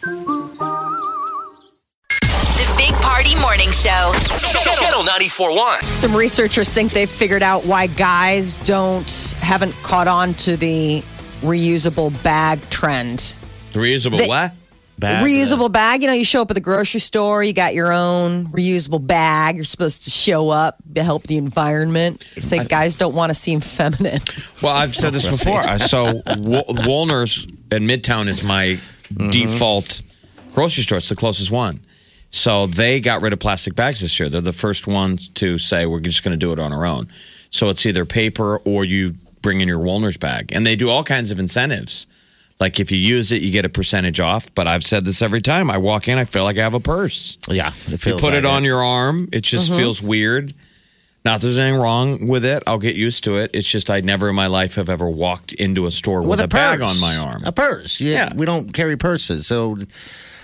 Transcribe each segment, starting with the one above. The Big Party Morning Show. Channel 94.1. Some researchers think they've figured out why guys don't haven't caught on to the reusable bag trend. Reusable They- what? Bad. reusable bag, you know, you show up at the grocery store, you got your own reusable bag. You're supposed to show up to help the environment. Say guys don't want to seem feminine. Well, I've said this before. I- So Wa- Walner's in Midtown is my default grocery store. It's the closest one. So they got rid of plastic bags this year. They're the first ones to say we're just going to do it on our own. So it's either paper or you bring in your Walner's bag, and they do all kinds of incentives. Like if you use it, you get a percentage off. But I've said this every time I walk in, I feel like I have a purse. Yeah, it You feels put like it on your arm. It just feels weird. Not that there's anything wrong with it. I'll get used to it. It's just I never in my life have ever walked into a store with, a, bag purse. on my arm. A purse. Yeah, Yeah. we don't carry purses, so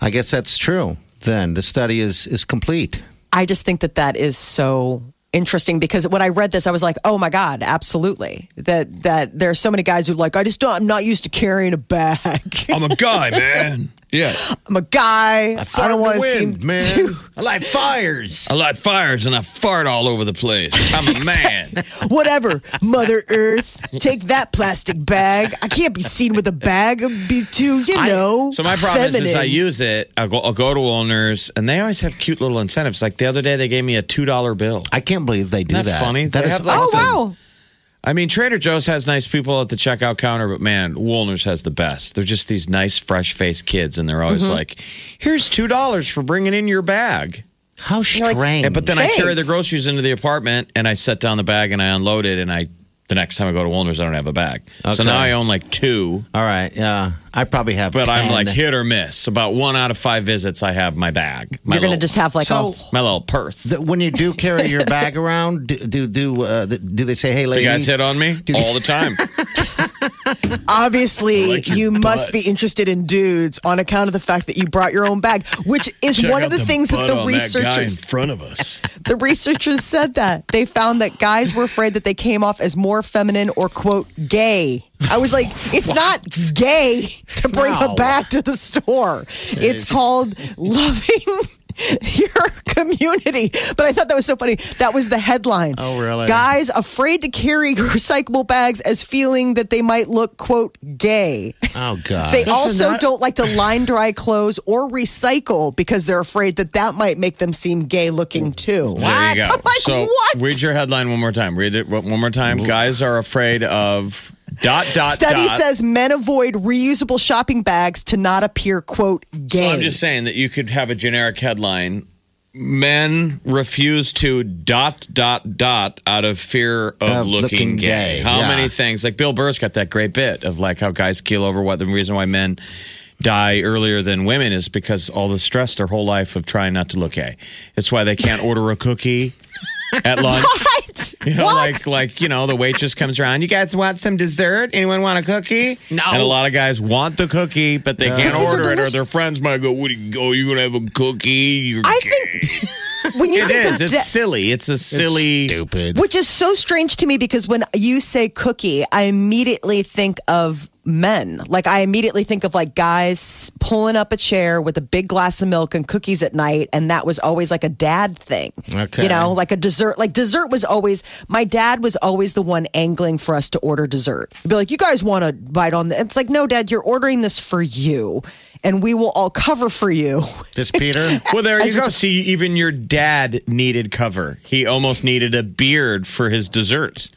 I guess that's true. Then the study is is complete. I just think that that is so interesting because when I read this, I was like, oh my god, absolutely. That that there are so many guys who are like I just don't. I'm not used to carrying a bag. I'm a guy, man. Yeah. I'm a guy. I, Fart don't in the want to seem wind, man. too. I like fires. I light fires and I fart all over the place. I'm a man. Whatever, Mother Earth, take that plastic bag. I can't be seen with a bag. It'd be too, you know. So my problem is, feminine. is I use it. I'll go, I'll go to owners, and they always have cute little incentives. Like the other day, they gave me a two dollar bill. I can't believe they do Isn't that funny? That They is have, like, Oh awesome. wow! I mean, Trader Joe's has nice people at the checkout counter, but man, Woolner's has the best. They're just these nice, fresh faced kids, and they're always Mm-hmm. like, here's $2 for bringing in your bag. How strange. And- but then I carry the Thanks. groceries into the apartment and I set down the bag and I unload it, and I. The next time I go to Woolner's, I don't have a bag. So Okay. now I own like two, All right. Yeah. I probably have. but I'm 10. like hit or miss. About one out of five visits, I have my bag. My You're gonna little- just have like So- a my little purse. Th- When you do carry your bag around, do do do, uh, th- do they say, "Hey, the lady"? guys hit on me all the time. Obviously, you must be interested in dudes on account of the fact that you brought your own bag, which is one of the, things that the researchers front of us. the researchers said that they found that guys were afraid that they came off as more feminine or quote gay. I was like, it's not gay to bring No. a bag to the store. It's called loving. Your community, but I thought that was so funny. That was the headline. Oh, really? Guys afraid to carry recyclable bags as feeling that they might look quote gay. Oh God. They This is also not- don't like to line dry clothes or recycle because they're afraid that that might make them seem gay looking too. There you go. I'm like, so what? read your headline one more time. Read it one more time. Guys are afraid of dot dot Study dot. says men avoid reusable shopping bags to not appear quote gay. so I'm just saying that you could have a generic headline. Men refuse to dot dot dot out of fear of Of looking, looking gay. gay, How yeah. many things? Like Bill Burr's got that great bit of like how guys keel over. What the reason why men die earlier than women is because all the stress their whole life of trying not to look gay. It's why they can't order a cookie at lunch. What? You know, what? like like you know, the waitress comes around. You guys want some dessert? Anyone want a cookie? No. And a lot of guys want the cookie, but they can't Cookies are order it, or delicious. their friends might go, "What? Are you, oh, you gonna have a cookie?" You're I gay." think when you it think of is. It's de- silly. It's a silly. Stupid. which is so strange to me because when you say cookie, I immediately think of men. Like I immediately think of like guys pulling up a chair with a big glass of milk and cookies at night, and that was always like a dad thing. Okay. you know, like a dessert. Like dessert was always my dad was always the one angling for us to order dessert. He'd be like, "You guys want to bite on?" The-? It's like, no, dad, you're ordering this for you, and we will all cover for you. This Peter. Well, there As you go. we're- See, even your dad needed cover. He almost needed a beard for his dessert.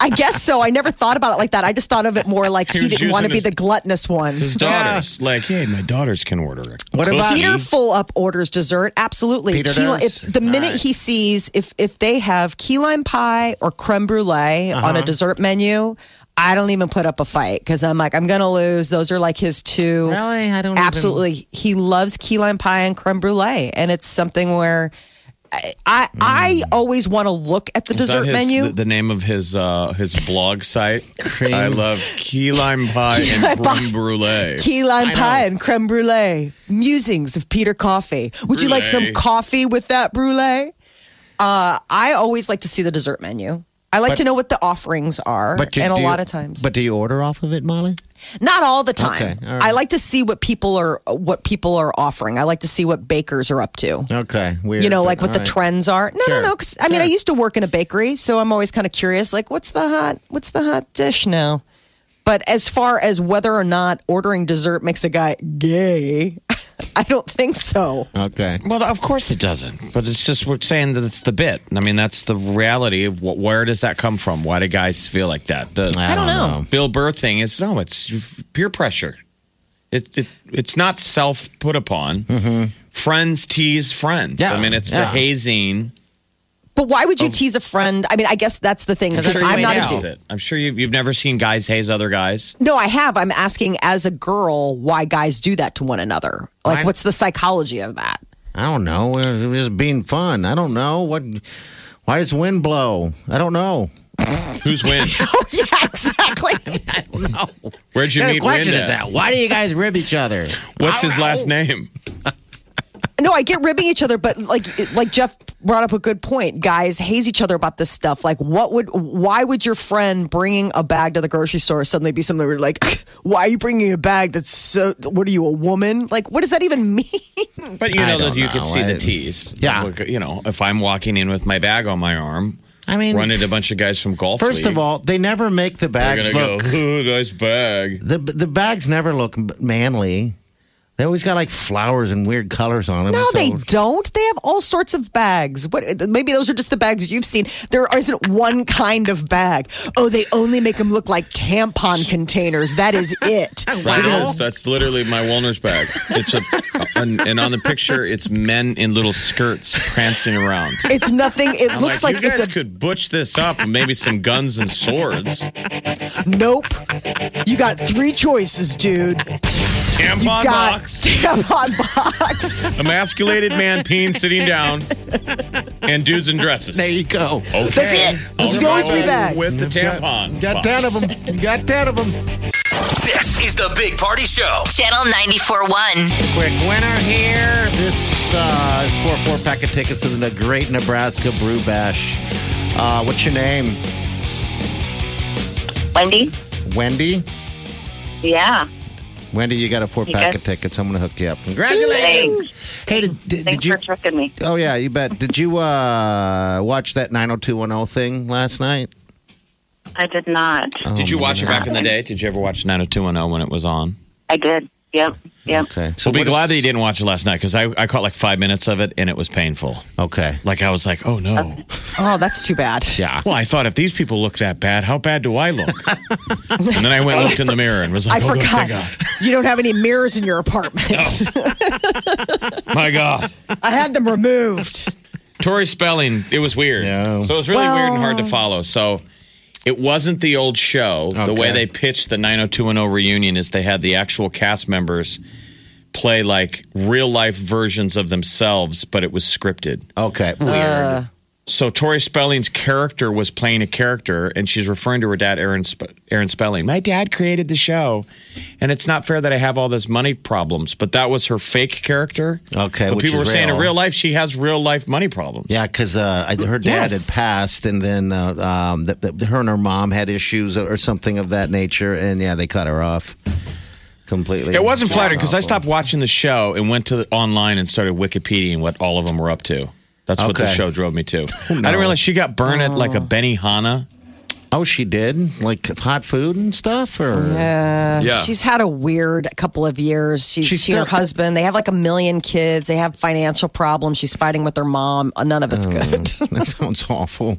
I guess so. I never thought about it like that. I just thought of it more like he He was didn't want to be using his- the gluttonous one. His daughters, like, hey, my daughters can order it. What about Peter full up orders dessert. Absolutely. Peter Key li- does? If, the minute he Uh-huh. sees if if they have key lime pie or creme brulee on a dessert menu, I don't even put up a fight because I'm like, I'm going to lose. Those are like his two. Really? I don't even- Absolutely. He loves key lime pie and creme brulee. And it's something where I, I, I Hmm. always want to look at the Is that dessert his- menu. The, the name of his uh, his blog site. Cream. I love key lime pie lime and pie. creme brulee. Key lime I know. pie and creme brulee. Musings of Peter Coffee. Would you like some Brulee. coffee with that brulee? Uh, I always like to see the dessert menu. I like But- to know what the offerings are, But you, and a do you- lot of times, But do you order off of it, Molly? not all the time. Okay, all right. I like to see what people are what people are offering. I like to see what bakers are up to. Okay, weird. you know, but like what all the right. trends are. No, Sure, no, no. 'cause, I mean, I sure. used to work in a bakery, so I'm always kind of curious. Like, what's the hot? What's the hot dish now? But as far as whether or not ordering dessert makes a guy gay, I don't think so. Okay. Well, of course it doesn't. But it's just we're saying that it's the bit. I mean, that's the reality. Of wh- where does that come from? Why do guys feel like that? The I don't know. Bill Burr thing is no. It's peer pressure. It, it it's not self put upon. Friends tease friends. Yeah, I mean, it's the yeah. hazing. But why would you tease a friend? I mean, I guess that's the thing. 'Cause Because Oh. that's I'm the not way a now. dude. Haze it. I'm sure you've, you've never seen guys haze other guys. No, I have. I'm asking as a girl why guys do that to one another. Like, I- what's the psychology of that? I don't know. It was just being fun. I don't know what. Why does wind blow? I don't know. Who's win? yeah, exactly. Where'd you What kind meet of question Win? at? is that? Why do you guys rib each other? What's his last name? No, I get ribbing each other, but like like Jeff brought up a good point. Guys haze each other about this stuff. Like, what would why would your friend bringing a bag to the grocery store suddenly be something where you're like, why are you bringing a bag that's so? What are you a woman? Like, what does that even mean? But you I know don't that you could know. see the I- tease. Yeah. Look, you know, if I'm walking in with my bag on my arm, I mean, run into a bunch of guys from golf. first of league, all, they never make they're the bags gonna look. go, "Ooh, nice bag. The the bags never look manly. They always got like flowers and weird colors on them. No, so- they don't. They have all sorts of bags. What? Maybe those are just the bags you've seen. There isn't one kind of bag. Oh, they only make them look like tampon containers. That is it. That is, that's literally my Wolner's bag. It's a, and, and on the picture, it's men in little skirts prancing around. It's nothing. It I'm looks like you it's guys a could butch this up, and maybe some guns and swords, Nope. You got three choices, dude. tampon got box, tampon box. emasculated man peeing sitting down, and dudes in dresses. There you go. okay, That's it. Those are the I'll only three go bags. with the tampon. Got box. ten of them. Got ten of them. This is the Big Party Show. Channel 94.1. Quick winner here. This uh, is four four pack of tickets to the Great Nebraska Brew Bash. Uh, what's your name, Wendy? Wendy? Yeah. Wendy, you got a four pack Yes. of tickets. I'm going to hook you up. Congratulations! Hey, did, did, Thanks did you? for trusting me. Oh yeah, you bet. Did you uh, watch that 90210 thing last night? Oh, I did not. Did you watch it back in the day? Did you ever watch 90210 when it was on? I did. Yep. Yep. Okay. So So we'll what be glad is- that you didn't watch it last night because I, I caught like five minutes of it and it was painful. Okay. Like I was like, oh no. Oh, that's too bad. Yeah. Well, I thought if these people look that bad, how bad do I look? and then I went and looked in the mirror and was I like, oh, forgot. Good, thank You don't have any mirrors in your apartment. God. My God. I had them removed. Tori Spelling, it was weird. Yeah. So it was really weird and hard to follow. So it wasn't the old show. The way Okay. they pitched the 90210 reunion is they had the actual cast members play like real life versions of themselves, but it was scripted. Okay. Weird. So Tori Spelling's character was playing a character, and she's referring to her dad, Aaron, Sp- Aaron Spelling. My dad created the show, and it's not fair that I have all this money problems. But that was her fake character. Okay, but which people were is saying in real. real life she has real life money problems. Yeah, because uh, I- her dad Yes. had passed, and then uh, um, th- th- her and her mom had issues or something of that nature, and yeah, they cut her off completely. It wasn't flattering because I Awful. stopped watching the show and went to the, online and started Wikipediaing what all of them were up to. That's what the Okay. show drove me to. I didn't realize she got burned at like a Benny Hanna. Oh, she did like hot food and stuff, or Uh, Yeah. Yeah. Uh, She's had a weird couple of years. She, She's she and her still- husband, they have like a million kids. They have financial problems. She's fighting with her mom. Uh, None of it's good. that sounds awful.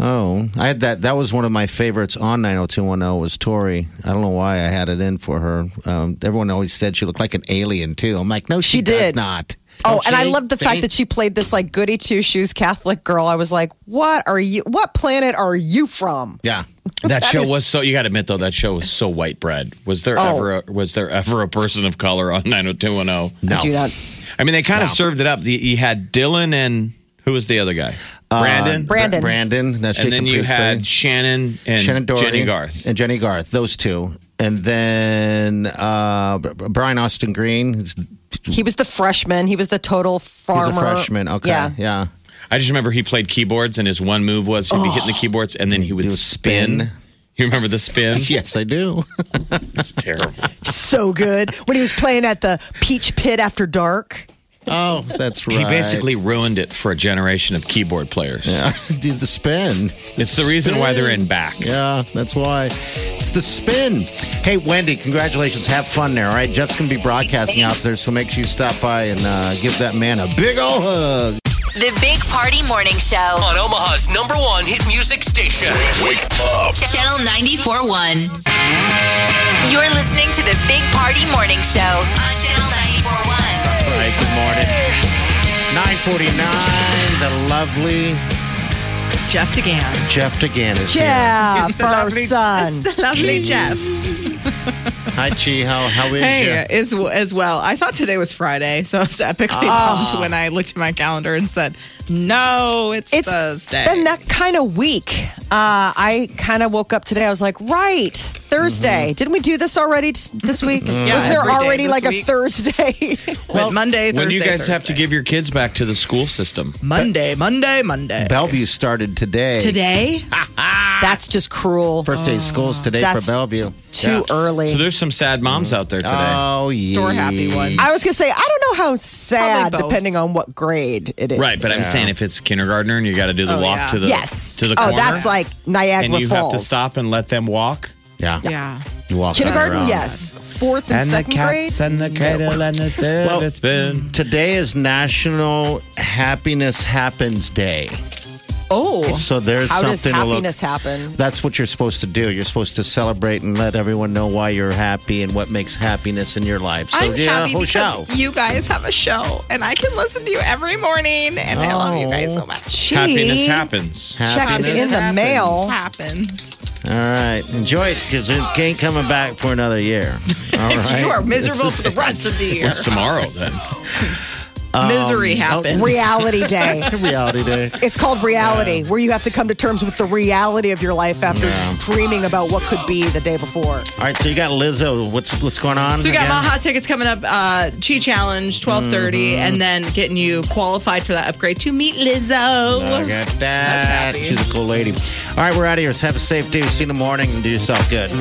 Oh, I had that. That was one of my favorites on 90210 was Tori. I don't know why I had it in for her. Um, everyone always said she looked like an alien too. I'm like, no, she, She did. does not. Oh, Don't and I she? love the fact that she played this like goody two shoes Catholic girl. I was like, what are you? What planet are you from? Yeah. That, show is- was so. You got to admit though, that show was so white bread. Was there Oh. ever a, was there ever a person of color on nine hundred two one zero? No. I do not. I mean, they kind of served it up. You- You had Dylan and who was the other guy? Brandon. Brandon. Uh, Brandon. That's and Jason then you Priestley. had Shannon and Shannon Doherty Jenny Garth. and Jenny Garth, those two, and then uh, B- Brian Austin Green, who's He was the freshman. He was the total farmer. who's a freshman. Okay, yeah, Yeah. I just remember he played keyboards, and his one move was he'd be hitting the keyboards, and then he would Do a spin. Oh. spin. You remember the spin? yes, I do. That's terrible. So good. When he was playing at the Peach Pit after dark. oh, that's right. He basically ruined it for a generation of keyboard players. did the spin. It's the reason why they're in back. Yeah, that's why. It's the spin. Hey, Wendy, congratulations. Have fun there. All right, Jeff's gonna be broadcasting out there, so make sure you stop by and uh, give that man a big ol' hug. The Big Party Morning Show. On Omaha's number one hit music station. Wake up. Channel 94.1. You're listening to the Big Party Morning Show on Channel 94.1. All right, good morning. 949, the lovely Jeff DeGan. Jeff DeGan is Yeah, It's the our lovely- son. It's the lovely Jeff. here. Hi, Chi. How, how is Hey, uh, you? as, as well. I thought today was Friday, so I was epically pumped when I looked at my calendar and said, no, it's, It's Thursday. been that kind of week. Uh, I kind of woke up today. I was like, right, Mm-hmm. Thursday. Didn't we do this already t- this week? Was there every day already this like a week. Thursday? well, Monday, Thursday, When you guys have to Thursday. give your kids back to the school system. Monday, Monday, Monday. Bellevue started today. Today? That's just cruel. First day of school's today That's for Bellevue. Too early. So there's some sad moms out there today. Oh, yeah. Door Mm. happy ones. I was gonna say I don't know how sad, Probably both. depending on what grade it is. right, but I'm saying if it's a kindergartner and you got to do the Oh, walk yeah. to the yes, to the oh, corner, that's like Niagara and you Falls. have to stop and let them walk. Yeah. yeah. Walking Kindergarten, around. yes. Fourth and, second grade. and the cradle and the silver spoon. Today is National Happiness Happens Day. Oh, So there's how does something to look happiness happen? That's what you're supposed to do. You're supposed to celebrate and let everyone know why you're happy and what makes happiness in your life. So I'm yeah, happy whole because show. you guys have a show, and I can listen to you every morning, and I love you Oh. guys so much. Gee, Happiness happens. Check is in Happiness. the mail. Happens. All right, enjoy it because it ain't coming back for another year. All right? You are miserable for the rest of the year. It's tomorrow then. Misery happens. Reality day. reality day. It's called reality, where you have to come to terms with the reality of your life after dreaming about what could be the day before. All right, so you got Lizzo. What's what's going on? So we got again? my hot tickets coming up, uh, Chi Challenge, 1230, and then getting you qualified for that upgrade to meet Lizzo. Look at that. happy. She's a cool lady. All right, we're out of here. So have a safe day. We'll See you in the morning and do yourself good.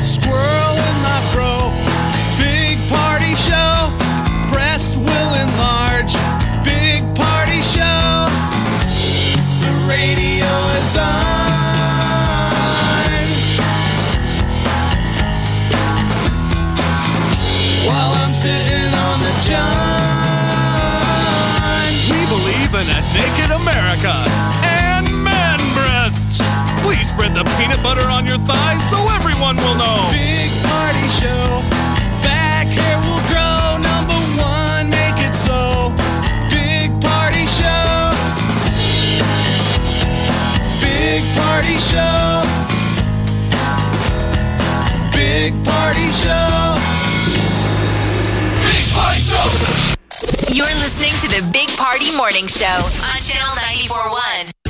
Squirrel in my bro. Big party show. Breast will enlarge. Big party show. The radio is on. While I'm sitting on the john. We believe in a naked America and man breasts. Please spread the peanut butter on your thighs so everyone will know. Big party show. Back hair will grow. Number one, make it so. Big party show. Big party show. Big party show. Big party show. You're listening to the Big Party Morning Show on Channel 94.1.